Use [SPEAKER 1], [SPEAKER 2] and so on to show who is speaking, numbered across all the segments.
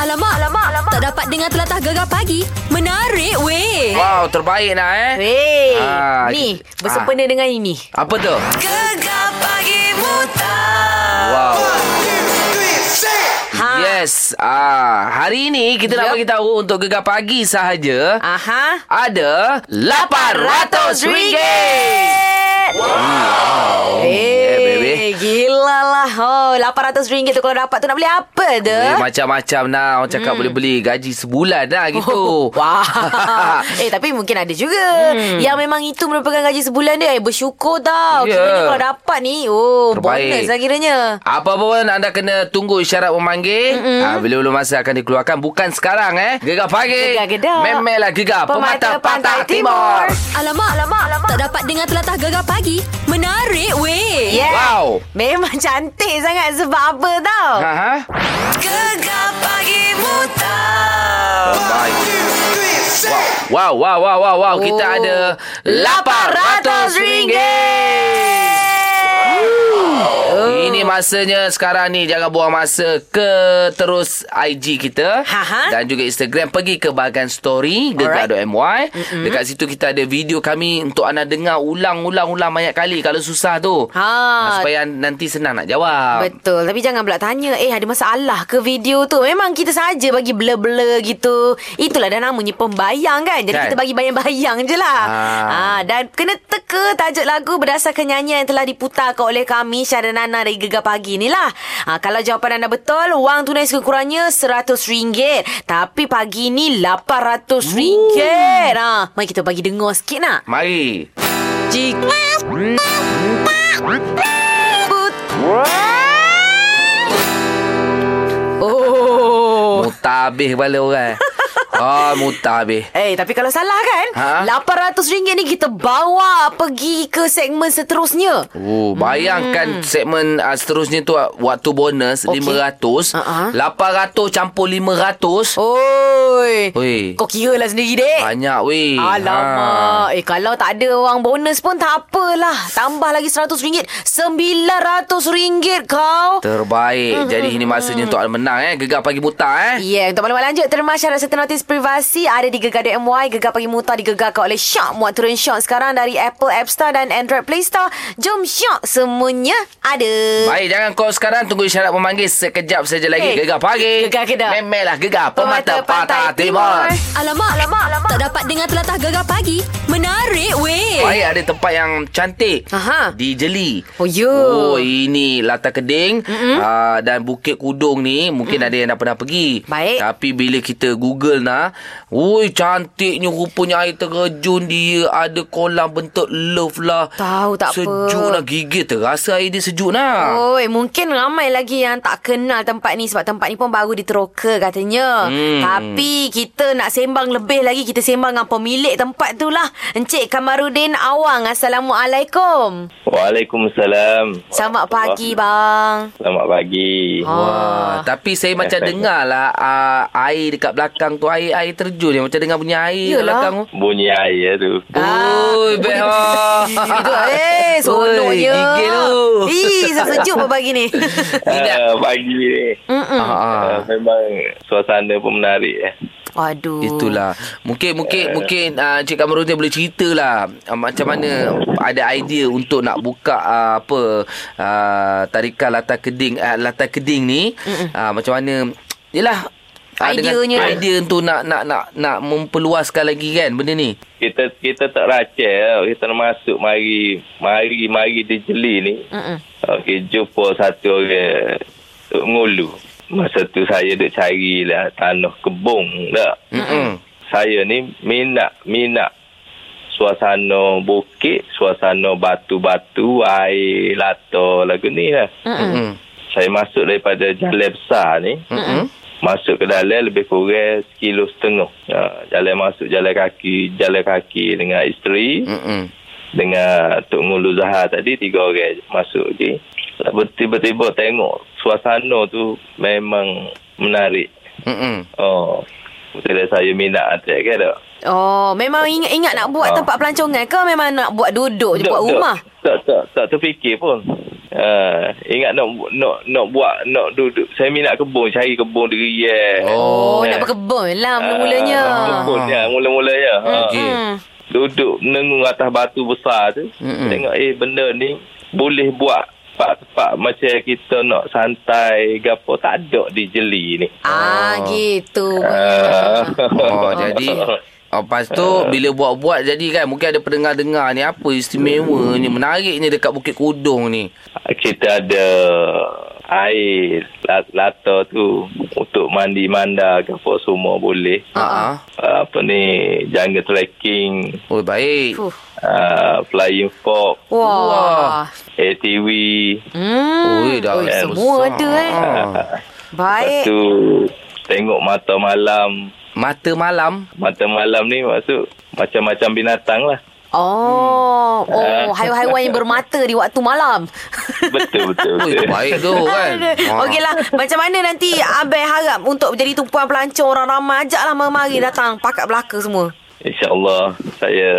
[SPEAKER 1] Alamak, alamak, alamak. Tak dapat dengar telatah gegar pagi. Menarik weh.
[SPEAKER 2] Wow, terbaik lah eh.
[SPEAKER 3] Weh,
[SPEAKER 2] Ah,
[SPEAKER 3] ni
[SPEAKER 2] ki-
[SPEAKER 3] bersempena dengan ini.
[SPEAKER 2] Apa tu?
[SPEAKER 1] Gegar pagi buta.
[SPEAKER 2] Wow.
[SPEAKER 3] Ha.
[SPEAKER 2] Yes. Ah, hari ini kita
[SPEAKER 3] Yup.
[SPEAKER 2] nak bagi tahu untuk gegar pagi sahaja
[SPEAKER 3] Aha.
[SPEAKER 2] ada RM800.
[SPEAKER 3] Wow.
[SPEAKER 2] Yeah, baby.
[SPEAKER 3] Eh, gila lah. Oh, RM800 tu kalau dapat tu nak beli apa tu?
[SPEAKER 2] Eh, macam-macam lah Orang cakap boleh beli gaji sebulan lah gitu
[SPEAKER 3] Wah. Oh, eh tapi mungkin ada juga hmm. yang memang itu merupakan gaji sebulan dia. Eh bersyukur tau.
[SPEAKER 2] Ya.
[SPEAKER 3] Yeah. Kiranya kalau dapat ni, oh
[SPEAKER 2] Terbaik.
[SPEAKER 3] bonus lah kiranya.
[SPEAKER 2] Apa pun anda kena tunggu isyarat memanggil. Mm-hmm. Ha, bila-bila masa akan dikeluarkan. Bukan sekarang eh. Gegar pagi.
[SPEAKER 3] Gegar gedak.
[SPEAKER 2] Memelah gegar. Pemata, Pantai, Timur.
[SPEAKER 1] Alamak, alamak, alamak. Tak dapat dengar telatah gegar pagi. Menarik weh.
[SPEAKER 3] Yeah.
[SPEAKER 2] Wow.
[SPEAKER 3] Memang cantik sangat sebab apa tau?
[SPEAKER 2] Ha, ha.
[SPEAKER 1] Gegar pagi buta.
[SPEAKER 2] Baik. Wow, wow, wow, wow, wow. Kita
[SPEAKER 3] Oh.
[SPEAKER 2] ada RM800. Oh.
[SPEAKER 3] Oh.
[SPEAKER 2] Ini masanya sekarang ni Jangan buang masa Ke terus IG kita
[SPEAKER 3] Ha-ha.
[SPEAKER 2] Dan juga Instagram Pergi ke bahagian story Gegar.my Dekat situ kita ada video kami Untuk anda dengar Ulang-ulang-ulang banyak kali Kalau susah tu
[SPEAKER 3] Ha.
[SPEAKER 2] Supaya nanti senang nak jawab
[SPEAKER 3] Betul Tapi jangan pula tanya Eh ada masalah ke video tu Memang kita saja bagi blur-blur gitu Itulah dah namanya pembayang kan Jadi
[SPEAKER 2] Kan?
[SPEAKER 3] kan? kita bagi bayang-bayang je lah ha.
[SPEAKER 2] Ah.
[SPEAKER 3] Dan kena teka tajuk lagu Berdasarkan nyanyian yang telah diputarkan oleh kami Syara Nana dari Gegar Pagi ni lah ha, Kalau jawapan anda betul Wang tunai sekurang-kurangnya RM100 Tapi pagi ni RM800 ha. Mari kita bagi dengar sikit nak
[SPEAKER 2] Mari
[SPEAKER 3] Jika Oh.
[SPEAKER 2] Mutabih kepala orang Ah, mutabih
[SPEAKER 3] Eh, tapi kalau salah kan,
[SPEAKER 2] Ha?
[SPEAKER 3] RM800 ni kita bawa pergi ke segmen seterusnya.
[SPEAKER 2] Oh, bayangkan hmm. segmen uh, seterusnya tu uh, waktu bonus
[SPEAKER 3] Okey.
[SPEAKER 2] okay.
[SPEAKER 3] Ah,
[SPEAKER 2] 500,
[SPEAKER 3] ah.
[SPEAKER 2] uh-huh. 800 campur 500. Oh.
[SPEAKER 3] Oi. ha.
[SPEAKER 2] Oi.
[SPEAKER 3] Kau kira lah sendiri, dek.
[SPEAKER 2] Banyak weh. Ha,
[SPEAKER 3] Alamak. Eh, kalau tak ada orang bonus pun tak apalah. Tambah lagi RM100. RM900 kau.
[SPEAKER 2] Ha. Terbaik. Jadi ini masanya untuk anda menang eh. Gegar pagi buta eh.
[SPEAKER 3] Ya, yeah, untuk maklumat lanjut, terma syarat serta notis privasi ada di Gegar MY, Gegar Pagi Muta digegarkan oleh Syok. Muat turun Syok sekarang dari Apple App Store dan Android Play Store. Jom Syok, semuanya ada.
[SPEAKER 2] Baik, jangan call sekarang. Tunggu isyarat memanggil sekejap saja lagi.
[SPEAKER 3] Eh,
[SPEAKER 2] Gegar pagi.
[SPEAKER 3] Gegar Kedah.
[SPEAKER 2] Memelah gegar. Pemata, Pantai, Timur.
[SPEAKER 1] Alamak, alamak, alamak. Tak dapat dengar telatah gegar pagi. Menarik weh.
[SPEAKER 2] Baik, ada tempat yang cantik.
[SPEAKER 3] Aha.
[SPEAKER 2] Di Jeli.
[SPEAKER 3] Oh, ya.
[SPEAKER 2] Oh, ini Lata Keding uh, dan Bukit Kudung ni mungkin ada yang dah pernah pergi.
[SPEAKER 3] Baik.
[SPEAKER 2] Tapi bila kita Google nah, ui cantiknya rupanya air terjun dia ada kolam bentuk love lah.
[SPEAKER 3] Tahu tak apa. Oh.
[SPEAKER 2] Sejuk lah gigit terasa air dia sejuk nah.
[SPEAKER 3] Oi, mungkin ramai lagi yang tak kenal tempat ni sebab tempat ni pun baru diteroka katanya.
[SPEAKER 2] Hmm.
[SPEAKER 3] Tapi kita nak sembang lebih lagi, kita sembang dengan pemilik tempat tu lah. Encik Kamarudin Awang, Assalamualaikum.
[SPEAKER 4] Waalaikumsalam.
[SPEAKER 3] Selamat pagi, bang. Ha.
[SPEAKER 4] Selamat pagi.
[SPEAKER 2] Wah, Ah, tapi saya macam dengar lah uh, air dekat belakang tu air air terjun yang macam dengar bunyi air dekat
[SPEAKER 3] Yelah.
[SPEAKER 2] belakang tu.
[SPEAKER 4] Bunyi air tu.
[SPEAKER 3] Ah,
[SPEAKER 2] Oi, beha.
[SPEAKER 3] Gitu, eh, seronoknya.
[SPEAKER 2] Oi, gigil tu.
[SPEAKER 3] Ih, sesejuk apa pagi ni.
[SPEAKER 4] Ah, pagi ni.
[SPEAKER 3] Hmm.
[SPEAKER 2] Ah, ah.
[SPEAKER 4] Ah, memang suasana pun menarik. Eh.
[SPEAKER 3] Aduh.
[SPEAKER 2] Itulah. Mungkin mungkin mungkin uh, Cik Kamarudin boleh ceritalah uh, macam mana ada idea untuk nak buka uh, apa uh, tarikan latar keding uh, latar keding ni uh, macam mana yalah ah, dengan
[SPEAKER 3] Ideanya lah.
[SPEAKER 2] idea untuk nak nak nak nak memperluaskan lagi kan benda ni.
[SPEAKER 4] Kita kita tak racik tau. Kita masuk mari mari mari di jeli ni.
[SPEAKER 3] Mm-mm.
[SPEAKER 4] Okey, jumpa satu orang Tok Ngulu. Masa tu saya duk cari lah tanah kebung tak.
[SPEAKER 2] Hmm.
[SPEAKER 4] Saya ni minat minat suasana bukit, suasana batu-batu, air latar lagu ni lah.
[SPEAKER 2] Hmm.
[SPEAKER 4] saya masuk daripada jalan besar ni
[SPEAKER 2] Hmm.
[SPEAKER 4] masuk ke dalam lebih kurang sekilo setengah ha, jalan masuk jalan kaki jalan kaki dengan isteri
[SPEAKER 2] Hmm.
[SPEAKER 4] dengan Tok Ngulu Zahar tadi tiga orang je masuk je Lepas tu tiba-tiba tengok suasana tu memang menarik
[SPEAKER 2] Hmm.
[SPEAKER 4] oh Betul saya minat atas kan tak?
[SPEAKER 3] Oh, memang ingat, ingat nak buat
[SPEAKER 4] Ah.
[SPEAKER 3] tempat pelancongan ke memang nak buat duduk je buat rumah?
[SPEAKER 4] Tak, tak, tak terfikir pun. Uh, ingat nak nak nak buat nak duduk saya minat kebun cari kebun diri eh.
[SPEAKER 3] Oh,
[SPEAKER 4] Eh.
[SPEAKER 3] nak berkebun lah
[SPEAKER 4] Ah,
[SPEAKER 3] mula-mulanya. Mm.
[SPEAKER 4] Kebun ya, mula-mulanya. Ha.
[SPEAKER 2] Okey.
[SPEAKER 3] Hmm.
[SPEAKER 4] Duduk menengung atas batu besar tu.
[SPEAKER 2] Mm-mm.
[SPEAKER 4] Tengok eh benda ni boleh buat tempat-tempat macam kita nak santai gapo tak ada di jeli ni.
[SPEAKER 3] Ah, gitu.
[SPEAKER 4] Ah.
[SPEAKER 2] Oh, jadi oh, Lepas tu
[SPEAKER 4] Eh.
[SPEAKER 2] Bila buat-buat Jadi kan Mungkin ada pendengar-dengar ni Apa
[SPEAKER 4] Hmm.
[SPEAKER 2] istimewa ni Menarik ni Dekat Bukit Kudung ni
[SPEAKER 4] kita ada air la- lata tu untuk mandi manda ke apa semua boleh.
[SPEAKER 2] Ah, ah.
[SPEAKER 4] Uh, apa ni jangka trekking,
[SPEAKER 2] Oh baik
[SPEAKER 3] Fuh.
[SPEAKER 4] uh, flying fox,
[SPEAKER 3] Wah.
[SPEAKER 4] ATV.
[SPEAKER 3] Hmm.
[SPEAKER 2] Oi, dah
[SPEAKER 3] Oi,
[SPEAKER 2] besar.
[SPEAKER 3] semua ada eh.
[SPEAKER 2] Ah.
[SPEAKER 4] Lepas
[SPEAKER 3] Baik.
[SPEAKER 4] tu tengok mata malam.
[SPEAKER 2] Mata malam
[SPEAKER 4] Mata malam ni maksud macam-macam binatang lah.
[SPEAKER 3] Oh, oh,
[SPEAKER 4] Ah.
[SPEAKER 3] haiwan-haiwan yang bermata di waktu malam.
[SPEAKER 4] Betul betul.
[SPEAKER 2] Oi,
[SPEAKER 4] betul.
[SPEAKER 2] Oh, baik tu kan Ah.
[SPEAKER 3] Okeylah, macam mana nanti Abang harap untuk jadi tumpuan pelancong orang ramai ajaklah mari datang pakat belaka semua.
[SPEAKER 4] InsyaAllah saya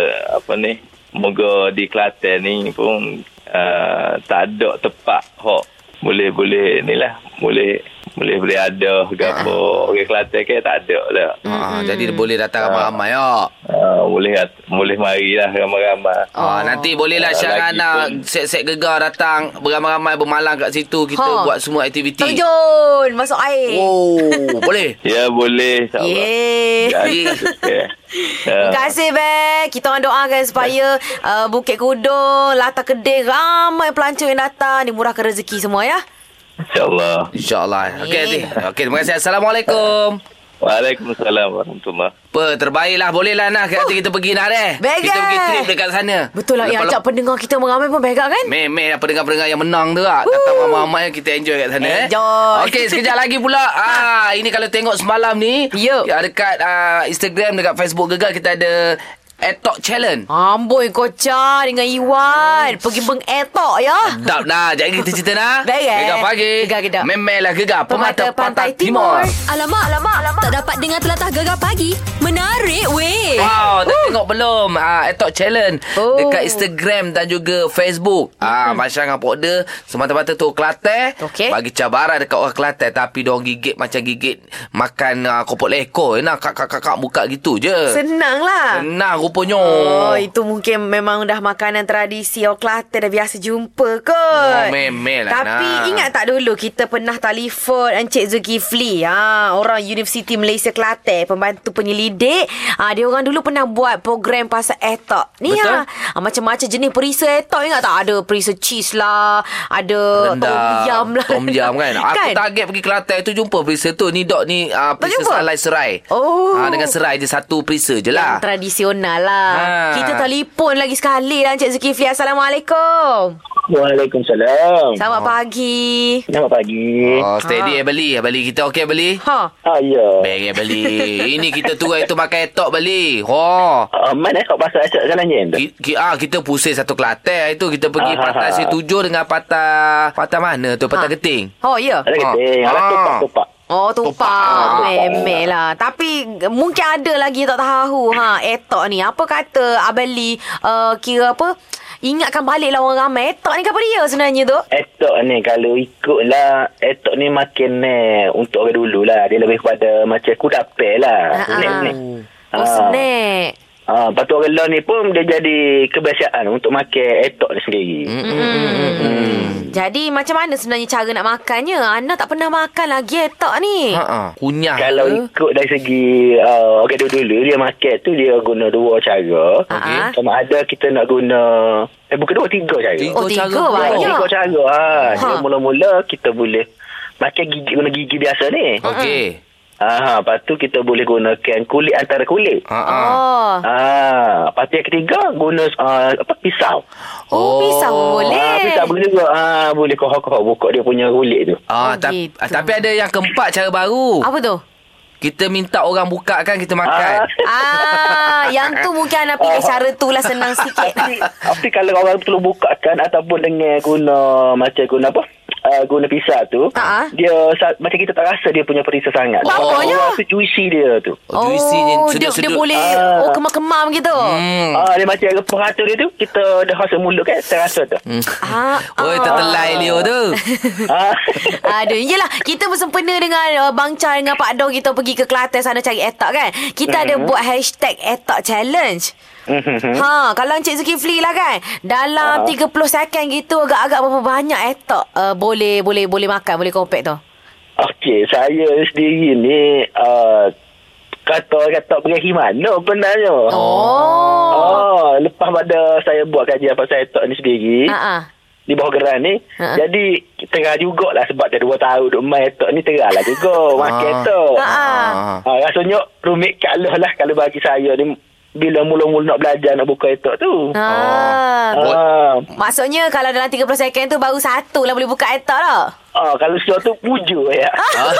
[SPEAKER 4] apa ni moga di Kelantan ni pun uh, tak ada tempat hok boleh boleh ni lah boleh boleh boleh ada
[SPEAKER 3] Ya.
[SPEAKER 4] ke apa orang Kelantan ke tak ada dah.
[SPEAKER 3] Hmm.
[SPEAKER 2] Ah, Jadi boleh
[SPEAKER 4] Ha.
[SPEAKER 2] datang ramai-ramai ya.
[SPEAKER 4] Uh, boleh boleh marilah ramai-ramai.
[SPEAKER 3] Oh.
[SPEAKER 2] Ah, nanti bolehlah
[SPEAKER 4] Ah,
[SPEAKER 2] Syah
[SPEAKER 4] lagi
[SPEAKER 2] dengan anak
[SPEAKER 4] pun-
[SPEAKER 2] set-set gegar datang beramai-ramai bermalam kat situ kita
[SPEAKER 3] Ha.
[SPEAKER 2] buat semua aktiviti.
[SPEAKER 3] Terjun masuk air.
[SPEAKER 2] Oh, boleh.
[SPEAKER 4] Ya boleh insyaAllah.
[SPEAKER 3] Yeay.
[SPEAKER 4] Jadi
[SPEAKER 2] eh,
[SPEAKER 4] Ya, yeah.
[SPEAKER 3] Terima kasih Bek Kita orang doakan supaya uh, Bukit Kudung Lata Kedai Ramai pelancong yang datang Dimurahkan rezeki semua ya
[SPEAKER 4] InsyaAllah.
[SPEAKER 2] InsyaAllah. Okey,
[SPEAKER 3] Amin.
[SPEAKER 2] Aziz. Okey, terima kasih. Assalamualaikum.
[SPEAKER 4] Waalaikumsalam warahmatullahi
[SPEAKER 2] Apa, lah. terbaiklah. Bolehlah nah kat kita pergi nah deh.
[SPEAKER 3] Bagus.
[SPEAKER 2] Kita pergi trip dekat sana.
[SPEAKER 3] Betul lah Yang ajak pendengar kita Mengamai pun Bek kan
[SPEAKER 2] Meh-meh apa pendengar-pendengar yang menang tu lah. Datang ramai-ramai kita enjoy kat sana. eh.
[SPEAKER 3] Enjoy. Ha.
[SPEAKER 2] Okey, sekejap lagi pula. ah, ini kalau tengok semalam ni.
[SPEAKER 3] Yup.
[SPEAKER 2] ya, Dekat ah, Instagram, dekat Facebook Gegar kita ada Etok Challenge.
[SPEAKER 3] Ha. Amboi kocah Dengan Iwan Pergi mengetok ya
[SPEAKER 2] Sedap nah. Jangan kita cerita nah.
[SPEAKER 3] Baik, eh?
[SPEAKER 2] Gegar pagi.
[SPEAKER 3] Gegar gedap.
[SPEAKER 2] Memelah gegar. Pemata, Pantai, Timur.
[SPEAKER 1] Alamak, alamak, alamak. Tak dapat dengar telatah gegar pagi. Menarik weh.
[SPEAKER 2] Wow, dah tengok belum? Ah, Etok Challenge
[SPEAKER 3] Eh. Oh.
[SPEAKER 2] dekat Instagram dan juga Facebook. Ah, masyarakat Pokda semata-mata tu Kelantan
[SPEAKER 3] Okey.
[SPEAKER 2] bagi cabaran dekat orang Kelantan tapi dia orang gigit macam gigit makan ah, kopok lekor. Nah, kakak-kakak buka gitu je.
[SPEAKER 3] Senang lah
[SPEAKER 2] Eh. Senang rupanya.
[SPEAKER 3] Oh, itu mungkin memang dah makanan tradisi orang Kelantan dah biasa jumpa kot.
[SPEAKER 2] Oh, memel lah,
[SPEAKER 3] Tapi
[SPEAKER 2] nak.
[SPEAKER 3] ingat tak dulu kita pernah telefon Encik Zulkifli, ha, orang Universiti Malaysia Kelantan, pembantu penyelidik. Ha, dia orang dulu pernah buat program pasal etok. Ni ha,
[SPEAKER 2] Betul.
[SPEAKER 3] ha, macam-macam jenis perisa etok ingat tak? Ada perisa cheese lah, ada tom
[SPEAKER 2] Rendang
[SPEAKER 3] yam lah.
[SPEAKER 2] Tom yam kan Aku
[SPEAKER 3] kan?
[SPEAKER 2] target pergi Kelantan tu Jumpa perisa tu Ni dok ni uh, Perisa
[SPEAKER 3] jumpa?
[SPEAKER 2] salai serai
[SPEAKER 3] Oh.
[SPEAKER 2] Ah, Dengan serai dia Satu perisa je lah
[SPEAKER 3] Yang tradisional lah
[SPEAKER 2] Ha.
[SPEAKER 3] Kita telefon lagi sekali lah Encik Zulkifli Assalamualaikum
[SPEAKER 5] Waalaikumsalam.
[SPEAKER 3] Selamat pagi
[SPEAKER 5] Selamat pagi.
[SPEAKER 2] Oh
[SPEAKER 3] Ah.
[SPEAKER 2] steady eh beli Beli kita okey beli
[SPEAKER 3] Ha.
[SPEAKER 5] Ah, ya.
[SPEAKER 2] Baik eh beli Ini kita turun itu Makan etok beli Oh
[SPEAKER 5] Ah, mana kau pasal asyik jalan je?
[SPEAKER 2] Ki, ki, ah, kita pusing satu Kelantan itu kita pergi
[SPEAKER 5] Ah,
[SPEAKER 2] patah
[SPEAKER 5] ah,
[SPEAKER 2] si
[SPEAKER 5] ah.
[SPEAKER 2] tujuh dengan patah patah mana tu
[SPEAKER 3] Ah.
[SPEAKER 2] patah keting
[SPEAKER 3] Oh, ya.
[SPEAKER 5] Ada
[SPEAKER 2] Ah.
[SPEAKER 5] keting. Alah,
[SPEAKER 2] Ah.
[SPEAKER 5] tupak, tupak.
[SPEAKER 3] Oh, tumpah. Memel lah. Tapi g- mungkin ada lagi tak tahu. Ha, etok ni. Apa kata Abang Lee uh, kira apa? Ingatkan balik lah orang ramai. Etok ni apa dia sebenarnya tu?
[SPEAKER 5] Etok ni kalau ikut lah Etok ni makin ni Untuk orang dulu lah Dia lebih kepada macam kudapai lah
[SPEAKER 3] Ah, ah.
[SPEAKER 5] Snack-snack
[SPEAKER 3] Oh, snack.
[SPEAKER 5] Ah, lepas tu orang lain ni pun dia jadi kebiasaan untuk makan etok ni sendiri.
[SPEAKER 3] Hmm. Jadi macam mana sebenarnya cara nak makannya? Ana tak pernah makan lagi etok ni.
[SPEAKER 2] Ha ah. Kunyah
[SPEAKER 5] Kalau
[SPEAKER 2] ke?
[SPEAKER 5] ikut dari segi uh, orang dulu-dulu dia makan tu dia guna dua cara.
[SPEAKER 3] Okey.
[SPEAKER 5] Sama ada kita nak guna eh bukan dua tiga cara.
[SPEAKER 2] Tiga
[SPEAKER 3] Oh, tiga
[SPEAKER 2] cara pula.
[SPEAKER 5] Ya,
[SPEAKER 3] banyak.
[SPEAKER 5] Ikut cara ha. Dia
[SPEAKER 3] Ha.
[SPEAKER 5] mula-mula kita boleh makan gigi guna gigi biasa ni.
[SPEAKER 2] Okey.
[SPEAKER 5] Ah, ha, lepas tu kita boleh gunakan kulit antara kulit.
[SPEAKER 2] Ha ah.
[SPEAKER 3] Oh.
[SPEAKER 5] Ah, lepas tu yang ketiga guna uh, apa pisau.
[SPEAKER 3] Oh, pisau pun boleh.
[SPEAKER 5] Ah, pisau boleh juga. Ah, boleh kohok-kohok buka dia punya kulit tu.
[SPEAKER 2] Ah,
[SPEAKER 3] Oh,
[SPEAKER 2] ta-
[SPEAKER 3] gitu.
[SPEAKER 2] tapi ada yang keempat cara baru.
[SPEAKER 3] Apa tu?
[SPEAKER 2] Kita minta orang buka kan kita
[SPEAKER 5] Ah.
[SPEAKER 2] makan.
[SPEAKER 3] Ah, yang tu mungkin Ana pilih cara tu lah senang sikit.
[SPEAKER 5] Tapi kalau orang perlu buka kan ataupun dengan guna macam guna apa? uh, guna pisau tu,
[SPEAKER 3] Ah.
[SPEAKER 5] dia sa- macam kita tak rasa dia punya perisa sangat.
[SPEAKER 3] Tak apa je.
[SPEAKER 5] Rasa juicy dia tu.
[SPEAKER 2] Oh, juicy je.
[SPEAKER 3] oh, dia, dia
[SPEAKER 2] Sedap-sedap.
[SPEAKER 3] boleh
[SPEAKER 5] Ah.
[SPEAKER 3] oh, kemam-kemam gitu.
[SPEAKER 2] Hmm.
[SPEAKER 5] Ah, dia macam ada peratur dia tu, kita dah rasa mulut kan, terasa tu.
[SPEAKER 2] Hmm.
[SPEAKER 3] Ah,
[SPEAKER 2] Oi,
[SPEAKER 3] ah.
[SPEAKER 2] tertelai Leo tu.
[SPEAKER 5] Ah.
[SPEAKER 3] Aduh, yelah kita bersempena dengan uh, Bang Chai dengan Pak Dor kita pergi ke Kelantan sana cari etak kan. Kita
[SPEAKER 2] Mhm.
[SPEAKER 3] ada buat hashtag etak challenge. Ha, kalau Encik Zulkifli lah kan
[SPEAKER 2] Ah.
[SPEAKER 3] Dalam 30 second gitu Agak-agak berapa banyak etak uh, Boleh boleh boleh makan Boleh kompek tu
[SPEAKER 5] Okey, saya sendiri ni uh, kata-kata pergi mana sebenarnya.
[SPEAKER 3] Oh,
[SPEAKER 5] Oh, lepas pada saya buat kajian pasal etok ni sendiri,
[SPEAKER 3] Ah, ah.
[SPEAKER 5] di bawah geran ni,
[SPEAKER 3] Ha.
[SPEAKER 5] jadi tengah jugalah sebab dah dua tahun duk main etok ni tengah lah juga makan
[SPEAKER 2] Ah.
[SPEAKER 5] etok.
[SPEAKER 3] Ah, ah.
[SPEAKER 2] Ah.
[SPEAKER 5] Ha, rasanya rumit kalah lah kalau bagi saya ni bila mula-mula nak belajar nak buka etok tu.
[SPEAKER 2] Oh.
[SPEAKER 5] Ha.
[SPEAKER 3] Ah.
[SPEAKER 2] Buat-
[SPEAKER 3] Maksudnya kalau dalam 30 second tu Baru satu lah boleh buka etak lah
[SPEAKER 5] Ah, kalau sudah tu puja ya.
[SPEAKER 2] Ah.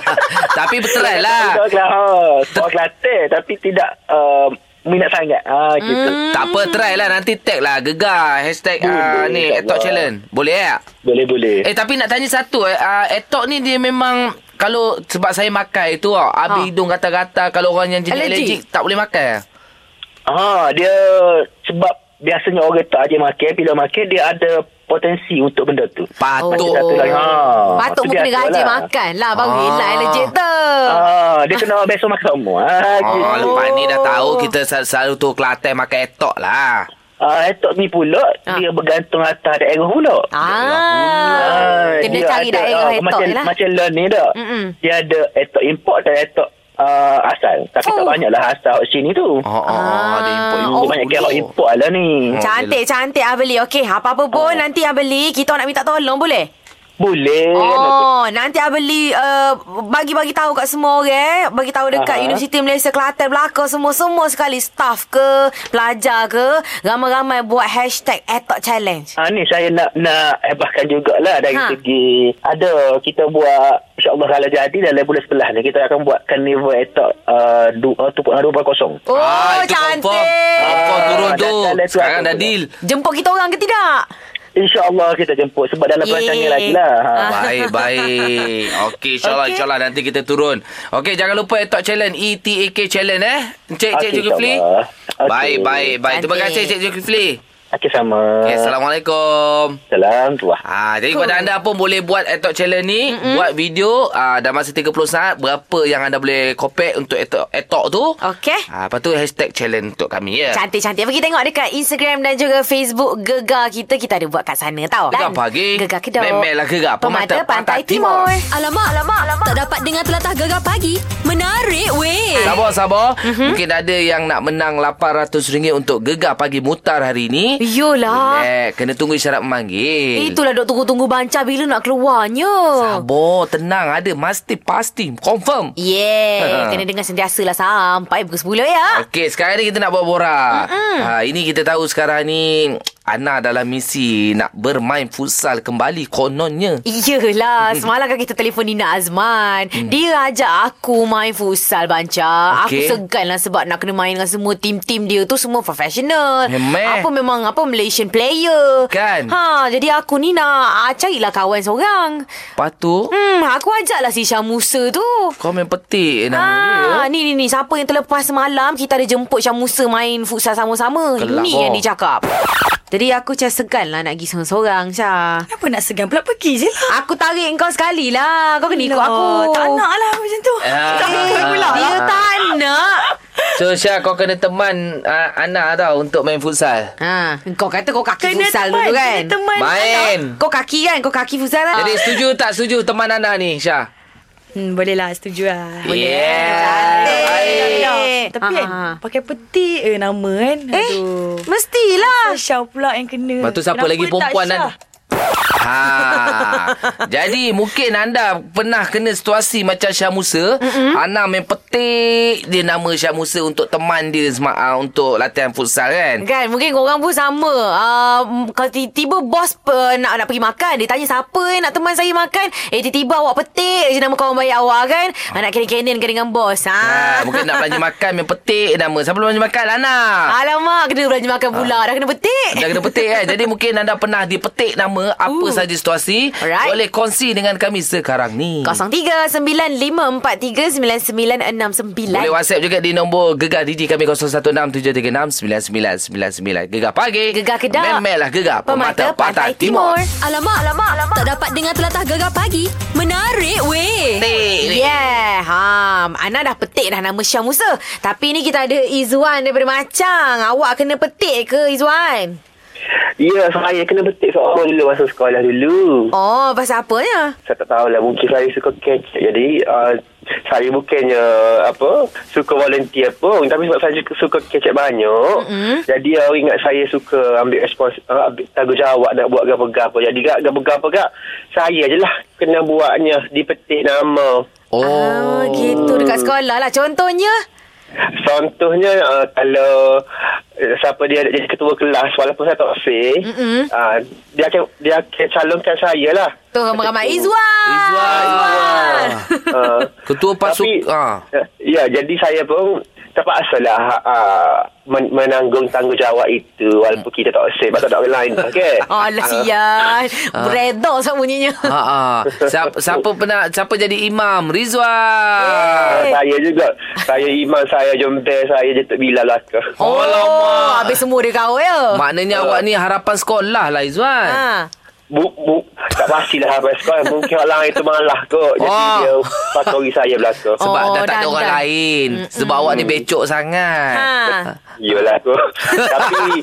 [SPEAKER 2] Tapi berterai lah.
[SPEAKER 5] Orang Kelantan, ha, orang Kelantan tapi tidak uh, minat sangat. Ha, gitu.
[SPEAKER 2] Tak apa, try lah. Nanti tag lah. Gegar. Hashtag ah,
[SPEAKER 5] Boleh,
[SPEAKER 2] ni,
[SPEAKER 5] insyaAllah.
[SPEAKER 2] Etok Challenge. Boleh tak?
[SPEAKER 5] Boleh boleh.
[SPEAKER 2] Eh, tapi nak tanya satu. Eh, ah, Etok ni dia memang... Kalau sebab saya makan itu ah, habis
[SPEAKER 3] Ha.
[SPEAKER 2] hidung rata-rata kalau orang yang jenis
[SPEAKER 3] Allergy.
[SPEAKER 2] allergic tak boleh makan.
[SPEAKER 5] Ha, dia sebab biasanya orang tak aje makan, bila makan dia ada potensi untuk benda tu.
[SPEAKER 2] Patut.
[SPEAKER 5] Macam satu lagi. Ha.
[SPEAKER 3] Patut mu
[SPEAKER 5] tu
[SPEAKER 3] kena
[SPEAKER 5] biasalah.
[SPEAKER 3] gaji makan lah Baru
[SPEAKER 2] Ah.
[SPEAKER 3] hilang allergic tu
[SPEAKER 5] Ha, dia kena besok makan semua.
[SPEAKER 3] Ah,
[SPEAKER 5] Ha, gitu.
[SPEAKER 2] Oh, lepas ni dah tahu kita sel- selalu tu Kelantan makan etok lah.
[SPEAKER 5] Ah, etok ni pula
[SPEAKER 3] Ah.
[SPEAKER 5] dia bergantung atas daerah pula. Ha,
[SPEAKER 3] Ah, kena
[SPEAKER 5] dia
[SPEAKER 3] cari
[SPEAKER 5] ada,
[SPEAKER 3] daerah
[SPEAKER 5] ah,
[SPEAKER 3] etok
[SPEAKER 5] macam,
[SPEAKER 3] je lah.
[SPEAKER 5] Macam learn ni dah.
[SPEAKER 3] Mm-mm.
[SPEAKER 5] Dia ada etok import dan etok uh, asal. Tapi tak
[SPEAKER 3] Oh.
[SPEAKER 5] banyak lah asal sini tu.
[SPEAKER 2] Oh, oh, oh, dia import.
[SPEAKER 3] Ah,
[SPEAKER 5] Dia
[SPEAKER 2] import
[SPEAKER 5] banyak
[SPEAKER 2] pula.
[SPEAKER 5] kira import lah ni.
[SPEAKER 3] Cantik, cantik Abeli. Okey, apa-apa
[SPEAKER 5] Ah.
[SPEAKER 3] pun nanti Abeli kita nak minta tolong boleh?
[SPEAKER 5] Boleh.
[SPEAKER 3] Oh, nanti Abeli uh, bagi-bagi tahu kat semua orang, eh. bagi tahu dekat
[SPEAKER 5] Aha.
[SPEAKER 3] Universiti Malaysia Kelantan belaka semua-semua sekali staff ke, pelajar ke, ramai-ramai buat hashtag Etok Challenge.
[SPEAKER 5] Ha, ni saya nak nak hebahkan jugalah dari
[SPEAKER 3] Ha.
[SPEAKER 5] ha. segi ada kita buat insyaAllah kalau jadi dalam bulan sebelah ni kita akan buat carnival etok uh, du, uh, tupuk dengan dua kosong.
[SPEAKER 3] Oh,
[SPEAKER 2] Ah, itu
[SPEAKER 3] cantik.
[SPEAKER 2] Confirm, confirm turun
[SPEAKER 5] Ah,
[SPEAKER 2] tu.
[SPEAKER 5] dah- dah- dah tu
[SPEAKER 2] Sekarang
[SPEAKER 5] aku
[SPEAKER 2] dah
[SPEAKER 5] tengok.
[SPEAKER 2] deal.
[SPEAKER 3] Jemput kita orang ke tidak?
[SPEAKER 5] InsyaAllah kita jemput sebab dalam
[SPEAKER 3] Yeay.
[SPEAKER 5] perancangan lagi lah. Ha.
[SPEAKER 3] Ah.
[SPEAKER 2] Baik, baik. Okey,
[SPEAKER 3] Okey.
[SPEAKER 2] insyaAllah, okay. insyaAllah nanti kita turun. Okey, jangan lupa Etok Challenge, E ETAK Challenge eh. Encik, Encik
[SPEAKER 5] Okey,
[SPEAKER 2] Zulkifli.
[SPEAKER 5] insyaAllah. Okey.
[SPEAKER 2] Baik, baik, baik. Terima
[SPEAKER 3] Cantik.
[SPEAKER 2] kasih Encik Zulkifli.
[SPEAKER 5] Okey sama.
[SPEAKER 2] Okay, Assalamualaikum.
[SPEAKER 5] Salam tuah.
[SPEAKER 2] Ah, jadi kepada anda pun boleh buat Etok Challenge ni, mm-hmm. buat video ah, dalam masa 30 saat berapa yang anda boleh kopek untuk Etok, etok tu.
[SPEAKER 3] Okey.
[SPEAKER 2] Ah, lepas tu hashtag challenge untuk kami ya.
[SPEAKER 3] Cantik-cantik Pergi tengok dekat Instagram Dan juga Facebook Gegar kita Kita ada buat kat sana tau
[SPEAKER 2] Gegar pagi.
[SPEAKER 3] Gegar kedok
[SPEAKER 2] Memelah gegar
[SPEAKER 3] Pemata
[SPEAKER 2] pemata
[SPEAKER 3] Pantai,
[SPEAKER 2] Pantai
[SPEAKER 3] Timur,
[SPEAKER 2] Timur.
[SPEAKER 1] Alamak, alamak, alamak. Tak dapat dengar telatah gegar pagi. Menarik weh.
[SPEAKER 2] Sabar, sabar. Mm-hmm. Mungkin ada yang nak menang RM800 untuk gegar pagi mutar hari ini.
[SPEAKER 3] Yolah
[SPEAKER 2] Relax. Eh, Kena tunggu isyarat memanggil.
[SPEAKER 3] Itulah dok tunggu-tunggu banca Bila nak keluarnya
[SPEAKER 2] Sabar, tenang. Ada mesti, pasti. Confirm.
[SPEAKER 3] Ya. Yeah Kena dengar sentiasa lah Sampai pukul 10 ya
[SPEAKER 2] Okey, sekarang ni kita nak borak-borak. Ha, ini kita tahu sekarang ni Ana dalam misi nak bermain futsal kembali kononnya. Mm-hmm.
[SPEAKER 3] Iyalah Ya Semalam kan kita telefon Nina Azman
[SPEAKER 2] Mm.
[SPEAKER 3] Dia ajak aku main futsal banca
[SPEAKER 2] Okey.
[SPEAKER 3] Aku segan lah sebab nak kena main dengan semua Tim-tim dia tu semua professional
[SPEAKER 2] Memang.
[SPEAKER 3] Apa memang apa Malaysian player
[SPEAKER 2] Kan?
[SPEAKER 3] ha, Jadi aku ni nak ah, Carilah kawan seorang
[SPEAKER 2] Lepas tu,
[SPEAKER 3] Hmm, Aku ajaklah si Syah Musa tu
[SPEAKER 2] kau main petik nama dia.
[SPEAKER 3] Ah, ni ni ni siapa yang terlepas semalam kita ada jemput Syah Musa main futsal sama-sama.
[SPEAKER 2] Kelak,
[SPEAKER 3] Ini yang
[SPEAKER 2] oh.
[SPEAKER 3] dia cakap. Jadi aku macam segan lah nak pergi seorang-seorang Syah.
[SPEAKER 6] Kenapa nak segan pula pergi je lah.
[SPEAKER 3] Aku tarik kau sekali lah. Kau kena ikut
[SPEAKER 6] Alah,
[SPEAKER 3] aku.
[SPEAKER 6] Tak nak lah macam tu.
[SPEAKER 2] Ah.
[SPEAKER 6] Tak
[SPEAKER 3] Eh,
[SPEAKER 6] nak pula
[SPEAKER 3] dia
[SPEAKER 6] lah.
[SPEAKER 3] tak nak.
[SPEAKER 2] So, Syah, kau kena teman uh, Ana tau untuk main futsal.
[SPEAKER 3] Ha, kau kata kau kaki
[SPEAKER 6] Kena
[SPEAKER 3] futsal
[SPEAKER 6] teman,
[SPEAKER 3] dulu kan?
[SPEAKER 6] kena teman.
[SPEAKER 2] Main.
[SPEAKER 3] Kau kaki kan? Kau kaki futsal kan?
[SPEAKER 2] Jadi, setuju tak setuju teman Ana ni, Syah?
[SPEAKER 6] Hmm, boleh lah, setuju lah.
[SPEAKER 2] Yeah.
[SPEAKER 3] Cantik.
[SPEAKER 6] Tapi kan,
[SPEAKER 3] Ah.
[SPEAKER 6] pakai peti eh, nama kan.
[SPEAKER 3] Eh, Ah.
[SPEAKER 6] Aduh.
[SPEAKER 3] mestilah.
[SPEAKER 6] Syah pula yang kena.
[SPEAKER 2] Lepas tu siapa
[SPEAKER 6] Kenapa
[SPEAKER 2] lagi
[SPEAKER 6] tak
[SPEAKER 2] perempuan
[SPEAKER 6] Syah?
[SPEAKER 2] dan Ha. Jadi mungkin anda pernah kena situasi macam Syah Musa, mm-hmm. Ana main petik dia nama Syah Musa untuk teman dia sema, uh, untuk latihan futsal kan.
[SPEAKER 3] Kan mungkin korang pun sama uh, Kalau tiba-tiba bos uh, nak nak pergi makan Dia tanya siapa eh, nak teman saya makan Eh tiba-tiba awak petik je nama kawan baik awak kan ah, Nak kena-kena kan dengan bos ha.
[SPEAKER 2] Ha, mungkin nak belanja makan main petik nama. Siapa belanja makan Ana?
[SPEAKER 6] Ah.
[SPEAKER 3] Alamak kena belanja makan pula Ah. Dah kena petik
[SPEAKER 2] Dah kena petik kan Jadi mungkin anda pernah dipetik nama Apa apa saja situasi
[SPEAKER 3] Alright.
[SPEAKER 2] boleh kongsi dengan kami sekarang
[SPEAKER 3] Hmm.
[SPEAKER 2] ni.
[SPEAKER 3] 0395439969.
[SPEAKER 2] Boleh WhatsApp juga di nombor Gegar DJ kami 0167369999. Gegar pagi.
[SPEAKER 3] lah, Gegar Kedah.
[SPEAKER 2] Memelah Gegar Pemata, Pantai, Timur.
[SPEAKER 1] Alamak, alamak, alamak. Tak dapat dengar telatah gegar pagi. Menarik weh.
[SPEAKER 2] Timur.
[SPEAKER 3] Yeah ha, Ana dah petik dah nama Syah Musa Tapi ni kita ada Izzuan daripada Macang Awak kena petik ke Izzuan?
[SPEAKER 5] Ya, saya kena petik soal dulu masa sekolah dulu.
[SPEAKER 3] Oh pasal apanya?
[SPEAKER 5] saya tak tahulah mungkin saya suka kecek jadi uh, saya bukannya uh, apa suka volunteer pun tapi sebab saya suka, suka kecek banyak mm-hmm. jadi orang ingat saya suka ambil respons uh, ambil tanggungjawab nak buat gapa-gapa jadi gak gapa-gapa gak saya je lah kena buatnya dipetik nama
[SPEAKER 2] Oh.
[SPEAKER 3] Ah, gitu dekat sekolah lah Contohnya
[SPEAKER 5] Contohnya uh, kalau uh, siapa dia jadi ketua kelas walaupun saya tak fair,
[SPEAKER 3] Mm-mm.
[SPEAKER 5] uh, dia akan dia akan calonkan saya lah.
[SPEAKER 3] Tu ramai-ramai Izzuan
[SPEAKER 2] Izzuan.
[SPEAKER 5] Uh,
[SPEAKER 2] Ketua pasuk
[SPEAKER 5] Tapi,
[SPEAKER 2] ah.
[SPEAKER 5] eh, Ya, jadi saya pun terpaksalah uh, men- menanggung tanggungjawab itu walaupun kita tak save tak ada orang lain. Okey.
[SPEAKER 3] Oh,
[SPEAKER 5] Ah,
[SPEAKER 3] Alah sian
[SPEAKER 2] Ah.
[SPEAKER 3] Beredor uh. bunyinya
[SPEAKER 2] Ha ah. Siapa, siapa pernah siapa jadi imam? Rizwan.
[SPEAKER 5] Uh,
[SPEAKER 3] Eh.
[SPEAKER 5] saya juga Saya imam saya Jember saya Jatuh bila lah ke
[SPEAKER 3] Oh,
[SPEAKER 2] Oh, lama.
[SPEAKER 3] habis semua dia kau ya.
[SPEAKER 2] Maknanya awak ni harapan sekolah lah Izwan.
[SPEAKER 3] Ha.
[SPEAKER 5] bu, bu, Tak pastilah apa sekolah Mungkin orang lain tu malah kot Jadi
[SPEAKER 2] Oh.
[SPEAKER 5] dia Patori saya belakang oh.
[SPEAKER 2] Sebab
[SPEAKER 3] Oh,
[SPEAKER 2] dah tak ada
[SPEAKER 3] dan-
[SPEAKER 2] orang
[SPEAKER 3] dan.
[SPEAKER 2] lain. Sebab awak ni becok sangat.
[SPEAKER 3] Ha.
[SPEAKER 5] Yelah kot Tapi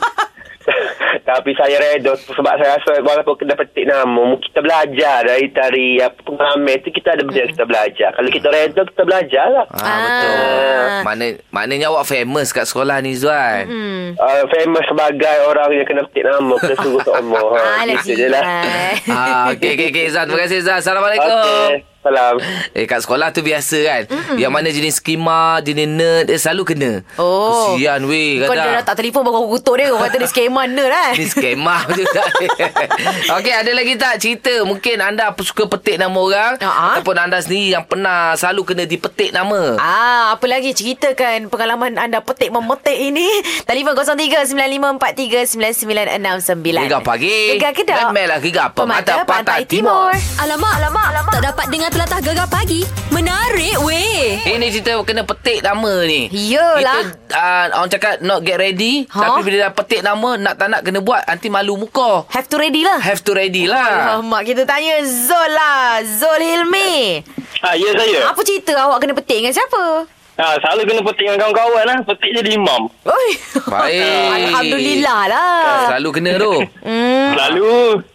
[SPEAKER 5] tapi saya reda sebab saya rasa walaupun kena petik nama kita belajar dari dari apa pengalaman itu kita ada benda yang kita belajar kalau kita reda kita belajar lah
[SPEAKER 2] Ah, betul. Ha. Makna, maknanya awak famous kat sekolah ni Zuan.
[SPEAKER 3] Hmm.
[SPEAKER 5] uh, famous sebagai orang yang kena petik nama kena suruh tok umur ha,
[SPEAKER 3] Alah
[SPEAKER 5] gitu je lah
[SPEAKER 3] sian.
[SPEAKER 2] Ah, okey okey okey Zan. Terima kasih Zan. Assalamualaikum.
[SPEAKER 5] Okay, salam
[SPEAKER 2] Eh kat sekolah tu biasa kan. Mm-mm. Yang mana jenis skema, jenis nerd dia selalu kena.
[SPEAKER 3] Oh.
[SPEAKER 2] Kesian weh
[SPEAKER 3] Kau dah
[SPEAKER 2] kadang.
[SPEAKER 3] tak telefon Baru kau kutuk dia Kata dia skema nerd kan
[SPEAKER 2] Ni skema je tak Okey ada lagi tak cerita Mungkin anda suka petik nama orang
[SPEAKER 3] Ah, ah.
[SPEAKER 2] Ataupun anda sendiri yang pernah Selalu kena dipetik nama
[SPEAKER 3] Ah, apa lagi ceritakan pengalaman anda petik memetik ini? Telefon 0395439969.
[SPEAKER 2] Gegar pagi.
[SPEAKER 3] Gegar Kedah.
[SPEAKER 2] Memelah Gegar Pemata Pantai Timur.
[SPEAKER 1] Alamak, alamak, alamak. Tak dapat dengar telatah gegar pagi. Menarik weh.
[SPEAKER 2] Ini cerita kena petik nama ni
[SPEAKER 3] Yelah.
[SPEAKER 2] Kita uh, Orang cakap not get ready
[SPEAKER 3] Ha?
[SPEAKER 2] Tapi bila dah petik nama Nak tak nak kena buat Nanti malu muka
[SPEAKER 3] Have to ready lah.
[SPEAKER 2] Have to ready lah
[SPEAKER 3] Alamak, kita tanya Zul lah. Zul Hilmi.
[SPEAKER 7] Ah, ya saya.
[SPEAKER 3] Apa cerita awak kena petik dengan siapa?
[SPEAKER 7] Ah, selalu kena petik dengan kawan-kawan lah. Petik jadi imam.
[SPEAKER 3] Oi.
[SPEAKER 2] Baik
[SPEAKER 3] Alhamdulillah lah.
[SPEAKER 2] Selalu kena tu
[SPEAKER 7] Hmm. Selalu.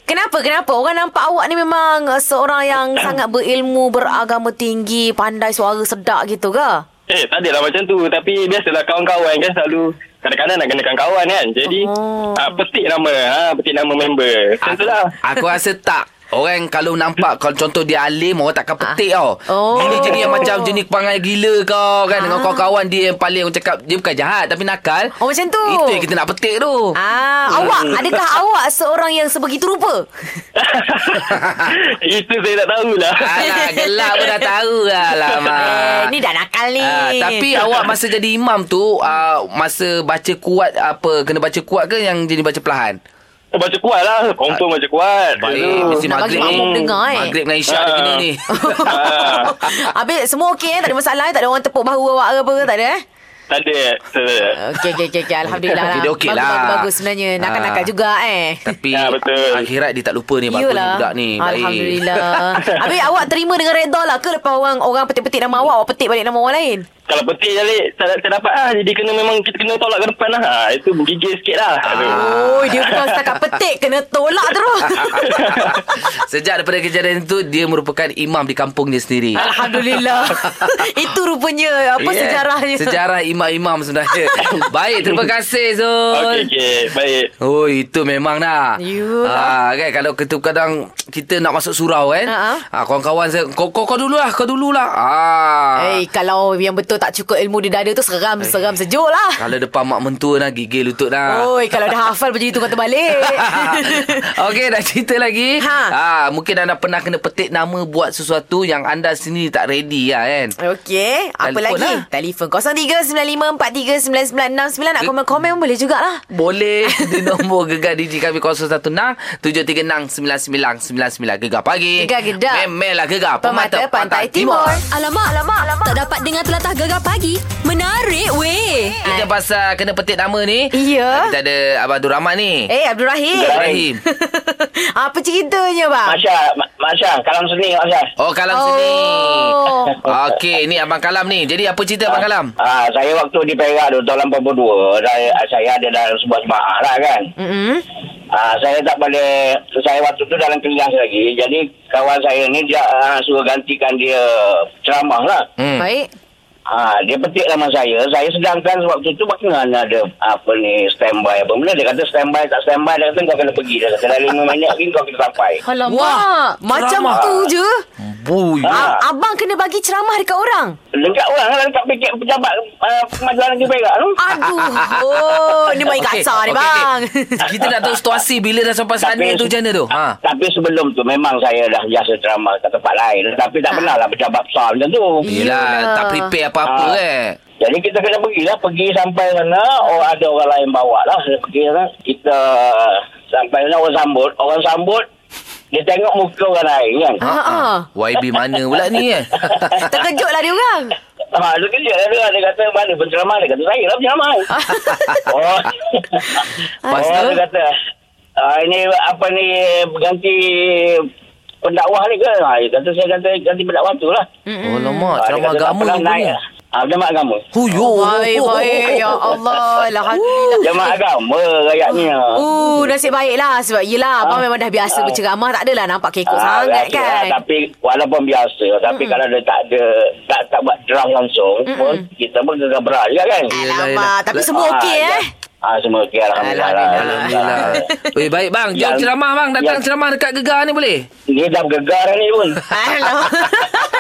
[SPEAKER 3] Kenapa? Kenapa? Orang nampak awak ni memang uh, seorang yang sangat berilmu, beragama tinggi, pandai suara sedap gitu ke?
[SPEAKER 7] Eh, tak adalah macam tu. Tapi biasalah kawan-kawan kan selalu kadang-kadang nak kenakan kawan kan. Jadi,
[SPEAKER 3] Oh.
[SPEAKER 7] oh. ah, petik nama. Ah, petik nama member. Macam tu lah.
[SPEAKER 2] Aku rasa tak Orang kalau nampak Kalau contoh dia alim Orang takkan petik tau
[SPEAKER 3] Oh. Ah.
[SPEAKER 2] Dia jenis yang macam Jenis perangai gila kau kan Dengan kawan-kawan dia yang paling Orang cakap Dia bukan jahat Tapi nakal
[SPEAKER 3] Oh, macam tu.
[SPEAKER 2] Itu yang kita nak petik tu
[SPEAKER 3] Ah, awak adakah awak seorang yang sebegitu rupa?
[SPEAKER 7] Itu saya tak tahulah.
[SPEAKER 2] Alah gelap pun dah tahu Alamak
[SPEAKER 3] Eh, ni dah nakal ni.
[SPEAKER 2] Ah, tapi awak masa jadi imam tu ah, Masa baca kuat Apa Kena baca kuat ke Yang jadi baca perlahan
[SPEAKER 7] Baca kuat lah. Confirm baca kuat.
[SPEAKER 2] Baik Mesti
[SPEAKER 3] Nak bagi
[SPEAKER 2] maghrib ni
[SPEAKER 3] makmum dengar, eh.
[SPEAKER 2] Maghrib dengan isyak
[SPEAKER 7] Ah.
[SPEAKER 2] dia kena ni
[SPEAKER 7] Ah,
[SPEAKER 3] Habis semua okey eh? Tak ada masalah eh? Tak ada orang tepuk bahu awak ke apa ke? Tak ada eh?
[SPEAKER 7] tak ada. Tak ada.
[SPEAKER 3] Okey, okey, okey. Okay. Alhamdulillah lah.
[SPEAKER 2] Okey, dia okey
[SPEAKER 3] bagus,
[SPEAKER 2] lah.
[SPEAKER 3] Bagus, bagus sebenarnya. Nakal-nakal
[SPEAKER 2] Ah.
[SPEAKER 3] juga eh.
[SPEAKER 2] Tapi
[SPEAKER 7] Ya, betul.
[SPEAKER 2] Akhirat dia tak lupa ni Bagus ni budak ni Baik.
[SPEAKER 3] Alhamdulillah. Habis awak terima dengan reda lah ke lepas orang orang petik-petik nama awak, awak petik balik nama orang lain?
[SPEAKER 7] Kalau petik jalik tak, tak dapat lah Jadi kena memang Kita kena tolak ke depan lah ha, Itu gigil sikit lah
[SPEAKER 2] Ah.
[SPEAKER 7] Aduh.
[SPEAKER 3] Oh, dia bukan setakat petik. Kena tolak terus.
[SPEAKER 2] Sejak daripada kejadian itu Dia merupakan imam di kampung dia sendiri
[SPEAKER 3] Alhamdulillah. Itu rupanya apa
[SPEAKER 2] Yeah.
[SPEAKER 3] sejarahnya.
[SPEAKER 2] Sejarah imam-imam sebenarnya Baik, terima kasih Zul
[SPEAKER 7] Okey okey Baik
[SPEAKER 2] Oh itu memang dah.
[SPEAKER 3] Ya.
[SPEAKER 2] Ah kan kalau kita kadang kita nak masuk surau kan.
[SPEAKER 3] Ha-ha.
[SPEAKER 2] Ah kawan-kawan saya kau kau, kau dululah, kau dululah. Ah.
[SPEAKER 3] Eh, kalau yang betul tak cukup ilmu di dada tu
[SPEAKER 2] Eh.
[SPEAKER 3] seram, seram sejuk lah.
[SPEAKER 2] Kalau depan mak mentua dah gigil lutut dah.
[SPEAKER 3] Oi, kalau dah hafal macam itu kau terbalik.
[SPEAKER 2] Okey dah cerita lagi
[SPEAKER 3] Ha.
[SPEAKER 2] ha. Mungkin anda pernah kena petik nama Buat sesuatu yang anda sendiri tak ready lah kan
[SPEAKER 3] Okey, apa
[SPEAKER 2] Telefon
[SPEAKER 3] lagi?
[SPEAKER 2] lah.
[SPEAKER 3] Telefon 0395439969 nak
[SPEAKER 2] Eh.
[SPEAKER 3] komen-komen boleh jugalah.
[SPEAKER 2] boleh di nombor Gegar Digi kami 016-736-9999 Gegar pagi
[SPEAKER 3] Gegar Gedak.
[SPEAKER 2] Memelah Gegar
[SPEAKER 3] Pemata Pantai Timur.
[SPEAKER 1] Alamak, alamak, alamak. Tak dapat dengar telatah gegar pagi. Menarik weh.
[SPEAKER 2] Kita pasal kena petik nama ni
[SPEAKER 3] Ya.
[SPEAKER 2] Kita ada Abang Abdul Rahman ni
[SPEAKER 3] Eh, Abdul Rahim.
[SPEAKER 2] Abdul Rahim.
[SPEAKER 3] apa ceritanya bang?
[SPEAKER 5] Masya, Ma- Masya, kalam seni Masya.
[SPEAKER 2] Oh Kalam
[SPEAKER 3] Oh.
[SPEAKER 2] sini Okey ni Abang Kalam ni Jadi apa cerita Abang Kalam?
[SPEAKER 5] Ah, saya waktu di Perak tu tahun 82, saya saya ada dalam sebuah jemaah lah kan.
[SPEAKER 3] Mm-mm.
[SPEAKER 5] Ah, saya tak boleh saya waktu tu dalam kelas lagi. Jadi kawan saya ni dia ah, suruh gantikan dia ceramah lah.
[SPEAKER 2] Hmm.
[SPEAKER 3] Baik.
[SPEAKER 5] Ah, dia petik nama saya. Saya sedangkan waktu tu bakalan ada apa ni standby apa benda dia kata standby tak standby dia kata kau kena pergi dia kata dalam 5 minit lagi kau kena sampai.
[SPEAKER 3] Alamak,
[SPEAKER 2] Wah,
[SPEAKER 3] macam
[SPEAKER 2] ceramah.
[SPEAKER 3] tu je.
[SPEAKER 2] Bui.
[SPEAKER 5] Ah.
[SPEAKER 3] A- abang kena bagi ceramah dekat orang.
[SPEAKER 5] Dekat orang lah dekat fikir pejabat uh, kemajuan negeri Perak tu.
[SPEAKER 3] Aduh. Oh, ni main
[SPEAKER 2] Okey,
[SPEAKER 3] kasar ni
[SPEAKER 2] okey,
[SPEAKER 3] bang.
[SPEAKER 2] okey. Kita nak tahu situasi bila dah sampai sana tu macam mana tu. Ha.
[SPEAKER 5] ah, Tapi sebelum tu memang saya dah biasa ceramah kat tempat lain. Tapi tak pernah lah pejabat besar macam tu.
[SPEAKER 2] Yelah,
[SPEAKER 3] Yelah.
[SPEAKER 2] tak prepare apa-apa
[SPEAKER 5] Ah.
[SPEAKER 2] eh.
[SPEAKER 5] Jadi kita kena pergilah. Pergi sampai sana. Or ada orang lain bawa lah. Saya pergi sana. Kita sampai sana orang sambut. Orang sambut. Dia tengok muka orang lain kan.
[SPEAKER 2] Ha.
[SPEAKER 3] ah.
[SPEAKER 2] ha. YB mana pula ni eh?
[SPEAKER 3] Terkejutlah lah dia orang.
[SPEAKER 5] Ha, dia kerja lah dia. Dia kata, mana penceramah? Dia kata, saya lah penceramah. oh.
[SPEAKER 2] Lepas
[SPEAKER 5] oh,
[SPEAKER 2] tu?
[SPEAKER 5] dia kata, ah, ini apa ni, berganti pendakwah ni ke? Ha, dia kata, saya kata, ganti pendakwah tu lah.
[SPEAKER 2] oh lama,
[SPEAKER 5] Ah, dia
[SPEAKER 2] ceramah
[SPEAKER 5] kata, tak
[SPEAKER 2] agama
[SPEAKER 5] apalah,
[SPEAKER 2] ni
[SPEAKER 5] naik
[SPEAKER 2] punya.
[SPEAKER 5] lah. Ah, jemaah agama.
[SPEAKER 2] Huyo.
[SPEAKER 3] Oh, Baik, baik. Ya Allah. Alhamdulillah.
[SPEAKER 5] Jemaah agama rakyatnya.
[SPEAKER 3] Uh, nasib baiklah sebab yelah abang
[SPEAKER 5] Ah.
[SPEAKER 3] memang dah biasa
[SPEAKER 5] Ah.
[SPEAKER 3] berceramah tak adalah nampak kekok
[SPEAKER 5] Ah,
[SPEAKER 3] sangat
[SPEAKER 5] biasa lah.
[SPEAKER 3] kan.
[SPEAKER 5] Tapi walaupun biasa, tapi kalau dia tak ada, tak, tak buat draft langsung, pun kita pun gegabra juga kan.
[SPEAKER 2] Yelah,
[SPEAKER 3] Alamak,
[SPEAKER 2] yelah.
[SPEAKER 3] tapi
[SPEAKER 2] Lah-
[SPEAKER 3] semua
[SPEAKER 5] Ah,
[SPEAKER 3] okey
[SPEAKER 5] ya.
[SPEAKER 3] eh.
[SPEAKER 5] Ah, semua okey alhamdulillah.
[SPEAKER 2] Alhamdulillah. Weh, baik bang. Jom
[SPEAKER 5] Yang-
[SPEAKER 2] ceramah bang. Datang
[SPEAKER 5] yang-
[SPEAKER 2] ceramah dekat Gegar ni boleh?
[SPEAKER 5] Dia dah bergegar ni pun.
[SPEAKER 3] Alah.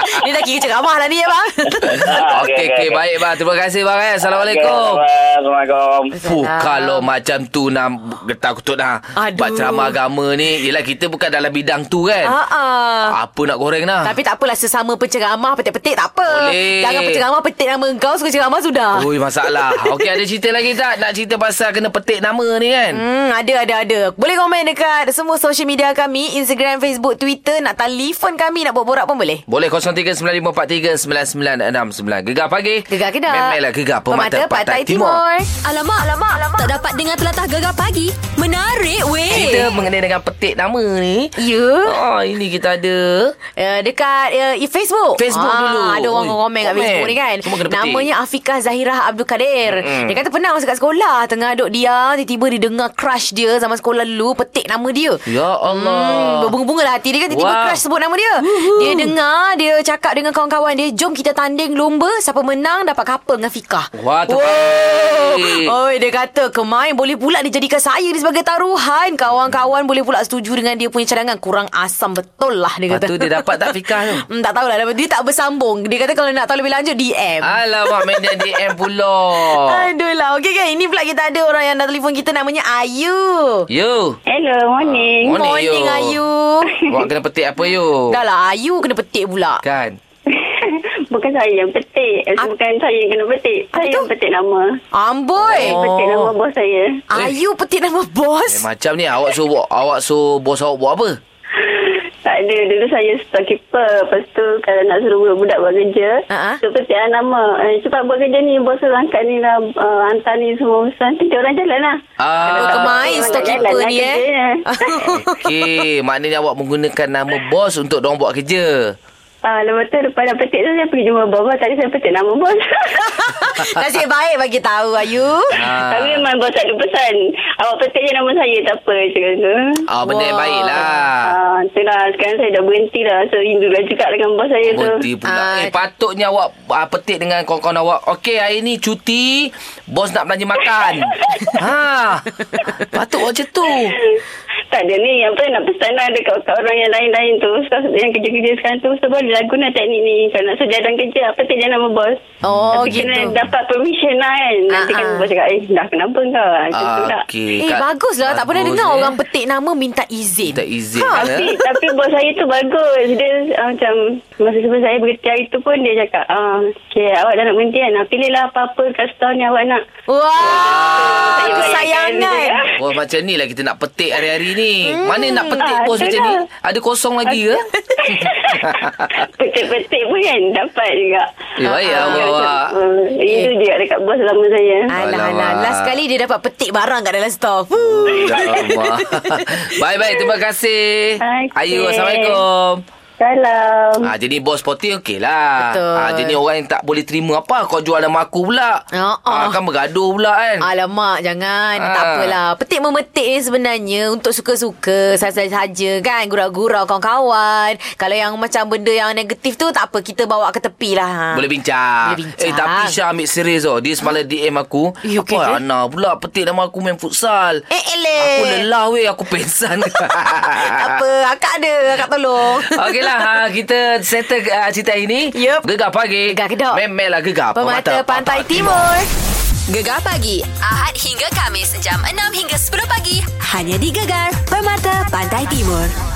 [SPEAKER 3] Ni dah kira ceramah lah ni ya bang.
[SPEAKER 5] Ah,
[SPEAKER 2] Okey, okey.
[SPEAKER 5] okey, okey, okey.
[SPEAKER 2] Baik bang. Terima kasih bang eh. Assalamualaikum.
[SPEAKER 5] Okey, Assalamualaikum.
[SPEAKER 2] Fuh, kalau macam tu nak getar kutuk dah.
[SPEAKER 3] Aduh.
[SPEAKER 2] ha. Buat ceramah agama ni. Yelah, kita bukan dalam bidang tu kan.
[SPEAKER 3] Ha ah.
[SPEAKER 2] Apa nak goreng dah?
[SPEAKER 3] Tapi tak apalah sesama penceramah petik-petik tak apa.
[SPEAKER 2] Boleh.
[SPEAKER 3] Jangan penceramah petik nama engkau suka ceramah sudah.
[SPEAKER 2] Ui masalah Okey ada cerita lagi tak Nak cerita pasal Kena petik nama ni kan
[SPEAKER 3] Hmm, ada, ada, ada. Boleh komen dekat semua social media kami. Instagram, Facebook, Twitter. Nak telefon kami, nak borak-borak pun boleh.
[SPEAKER 2] Boleh 0395439969 Gegar pagi
[SPEAKER 3] Gegar Kedah.
[SPEAKER 2] Memelah gegar Pemata, Pantai, Timur,
[SPEAKER 1] Alamak, alamak, alamak. Tak dapat dengar telatah gegar pagi. Menarik weh.
[SPEAKER 2] Kita mengenai dengan petik nama ni
[SPEAKER 3] Ya. Yeah.
[SPEAKER 2] Oh ini kita ada
[SPEAKER 3] Uh, dekat uh, i- Facebook
[SPEAKER 2] Facebook dulu.
[SPEAKER 3] Ada orang
[SPEAKER 2] Oi,
[SPEAKER 3] komen kat
[SPEAKER 2] komen.
[SPEAKER 3] Facebook ni kan
[SPEAKER 2] Semua kena petik.
[SPEAKER 3] Namanya Afiqah Zahirah Abdul Kadir
[SPEAKER 2] Mm-mm.
[SPEAKER 3] Dia kata pernah masa kat sekolah Tengah duduk dia Tiba-tiba dia dengar crush dia Zaman sekolah dulu Petik nama dia
[SPEAKER 2] Ya
[SPEAKER 3] Hmm,
[SPEAKER 2] Allah
[SPEAKER 3] berbunga-bunga lah hati dia kan tiba-tiba
[SPEAKER 2] Wow.
[SPEAKER 3] crush sebut nama dia. Dia dengar, dia cakap dengan kawan-kawan dia, "Jom kita tanding lomba, siapa menang dapat couple dengan Fika."
[SPEAKER 2] Wah terbaik
[SPEAKER 3] Oh, dia kata, "Kemain boleh pula dia jadikan saya ni sebagai taruhan. Kawan-kawan boleh pula setuju dengan dia punya cadangan. Kurang asam betul lah." Dia
[SPEAKER 2] Lepas
[SPEAKER 3] kata.
[SPEAKER 2] tu dia dapat tak Fikah tu
[SPEAKER 3] Hmm, tak tahulah Dia tak bersambung Dia kata kalau nak tahu lebih lanjut DM
[SPEAKER 2] Alamak main dia DM pula
[SPEAKER 3] Aduh lah Okey kan Ini pula kita ada orang yang dah telefon kita Namanya Ayu
[SPEAKER 2] Yo
[SPEAKER 8] Hello, morning.
[SPEAKER 2] Morning,
[SPEAKER 3] Morning
[SPEAKER 2] Ayu.
[SPEAKER 3] Ayu
[SPEAKER 2] Awak kena petik apa yo
[SPEAKER 3] Dah lah Ayu kena petik pula
[SPEAKER 2] Kan
[SPEAKER 8] bukan saya yang petik. Eh,
[SPEAKER 3] Ah.
[SPEAKER 8] Bukan saya yang kena petik.
[SPEAKER 3] Apa
[SPEAKER 8] Saya
[SPEAKER 3] tu?
[SPEAKER 8] yang petik nama.
[SPEAKER 3] Amboi
[SPEAKER 2] Oh.
[SPEAKER 8] Saya petik nama bos saya.
[SPEAKER 3] Ayu petik nama
[SPEAKER 2] Eh,
[SPEAKER 3] bos.
[SPEAKER 2] macam ni awak suruh buat, awak suruh bos awak buat apa?
[SPEAKER 8] Tak ada. Dulu saya storekeeper. Lepas tu kalau nak suruh budak-budak buat kerja,
[SPEAKER 3] Ah, ah.
[SPEAKER 8] tu petik lah nama. Eh, cepat buat kerja ni. Bos suruh angkat ni lah. Uh, hantar ni semua urusan. Nanti dia orang jalan lah.
[SPEAKER 3] Oh,
[SPEAKER 2] Ah,
[SPEAKER 3] kemain
[SPEAKER 8] Orang
[SPEAKER 3] storekeeper
[SPEAKER 8] jalan lah
[SPEAKER 3] ni eh.
[SPEAKER 8] kerjanya.
[SPEAKER 2] okey, maknanya awak menggunakan nama bos untuk dorang buat kerja.
[SPEAKER 8] Ah, lepas tu lepas dah petik tu saya pergi jumpa bos. Tadi saya petik nama bos.
[SPEAKER 3] Nasib baik bagi tahu Ayu.
[SPEAKER 2] Ah.
[SPEAKER 8] Tapi memang bos ada pesan. Awak petik je nama saya. Tak apa. Cakap tu.
[SPEAKER 2] Ah, benda yang
[SPEAKER 3] Wah.
[SPEAKER 2] baiklah.
[SPEAKER 8] Ah, itulah sekarang saya dah berhenti dah. So rindulah juga dengan bos saya tu.
[SPEAKER 2] Berhenti pula.
[SPEAKER 3] Ah.
[SPEAKER 2] Eh, patutnya awak ah, petik dengan kawan-kawan awak. Okey, hari ni cuti. Bos nak belanja makan. ha. Patut awak macam tu.
[SPEAKER 8] tak ada ni apa nak pesan lah dekat, dekat orang yang lain-lain tu so, yang kerja-kerja sekarang tu so boleh lah guna teknik ni kalau nak sudah dalam kerja apa tak jangan nama bos
[SPEAKER 3] Oh,
[SPEAKER 8] Tapi
[SPEAKER 3] gitu.
[SPEAKER 8] kena dapat permission lah kan nanti
[SPEAKER 3] Ah,
[SPEAKER 8] kan
[SPEAKER 3] ah.
[SPEAKER 8] bos cakap eh dah kenapa kau ha, macam tu lah
[SPEAKER 2] Okey.
[SPEAKER 3] Eh,
[SPEAKER 2] Kak-
[SPEAKER 3] baguslah. Tak pernah
[SPEAKER 2] bagus,
[SPEAKER 3] dengar
[SPEAKER 2] eh.
[SPEAKER 3] orang petik nama minta izin.
[SPEAKER 2] Minta izin.
[SPEAKER 3] Ha,
[SPEAKER 2] eh.
[SPEAKER 8] tapi, tapi bos saya tu bagus Dia uh, macam Masa sebelum saya berhenti hari tu pun Dia cakap ah, Okay awak dah nak berhenti kan Ah, Pilihlah apa-apa kat setahun ni awak nak
[SPEAKER 2] Ah,
[SPEAKER 3] Wah,
[SPEAKER 8] Saya ya. bayarkan
[SPEAKER 3] kesayangan.
[SPEAKER 8] dia.
[SPEAKER 2] Wah macam ni lah kita nak petik hari-hari ni. Hmm. Mana nak petik
[SPEAKER 8] Ah,
[SPEAKER 2] bos
[SPEAKER 8] tu
[SPEAKER 2] macam
[SPEAKER 8] dah.
[SPEAKER 2] ni? Ada kosong lagi ke?
[SPEAKER 8] Petik-petik pun kan Dapat juga
[SPEAKER 2] Eh, baik lah
[SPEAKER 8] Ah,
[SPEAKER 2] awak.
[SPEAKER 8] macam, ah, Itu
[SPEAKER 3] Eh.
[SPEAKER 8] je dekat bos lama saya
[SPEAKER 3] Alah, alah.
[SPEAKER 2] Alamak.
[SPEAKER 3] Last kali dia dapat petik barang kat dalam store.
[SPEAKER 2] Ya Allah. Baik-baik terima kasih.
[SPEAKER 8] Okey.
[SPEAKER 2] Ayu Assalamualaikum.
[SPEAKER 8] Salam
[SPEAKER 2] Ah jadi bos sporting okey lah.
[SPEAKER 3] Betul.
[SPEAKER 2] Ah jadi orang yang tak boleh terima apa kau jual nama aku pula.
[SPEAKER 3] Ah, ah.
[SPEAKER 2] Ah kan bergaduh pula kan.
[SPEAKER 3] Alamak, jangan.
[SPEAKER 2] Ah.
[SPEAKER 3] Tak apalah. Petik memetik ni sebenarnya untuk suka-suka, saja-saja kan. Gurau-gurau kawan-kawan. Kalau yang macam benda yang negatif tu, tak apa. Kita bawa ke tepi lah. Ha.
[SPEAKER 2] Boleh bincang.
[SPEAKER 3] Boleh bincang.
[SPEAKER 2] Eh tapi Syah ambil serius tau. Dia semalam DM aku.
[SPEAKER 3] Eh, okey ke?
[SPEAKER 2] apa Ana pula petik nama aku main futsal.
[SPEAKER 3] Eh, eleh.
[SPEAKER 2] Aku lelah weh aku pensan.
[SPEAKER 3] tak apa. Akak ada. Akak tolong.
[SPEAKER 2] Okeylah ha, kita settle uh, cerita ini.
[SPEAKER 3] Yup.
[SPEAKER 2] Gegar pagi.
[SPEAKER 3] Gegar kedok.
[SPEAKER 2] Memelah gegar.
[SPEAKER 3] Pemata Pantai Timur.
[SPEAKER 1] Gegar pagi Ahad hingga Kamis jam 6 hingga 10 pagi hanya di Gegar Permata Pantai Timur.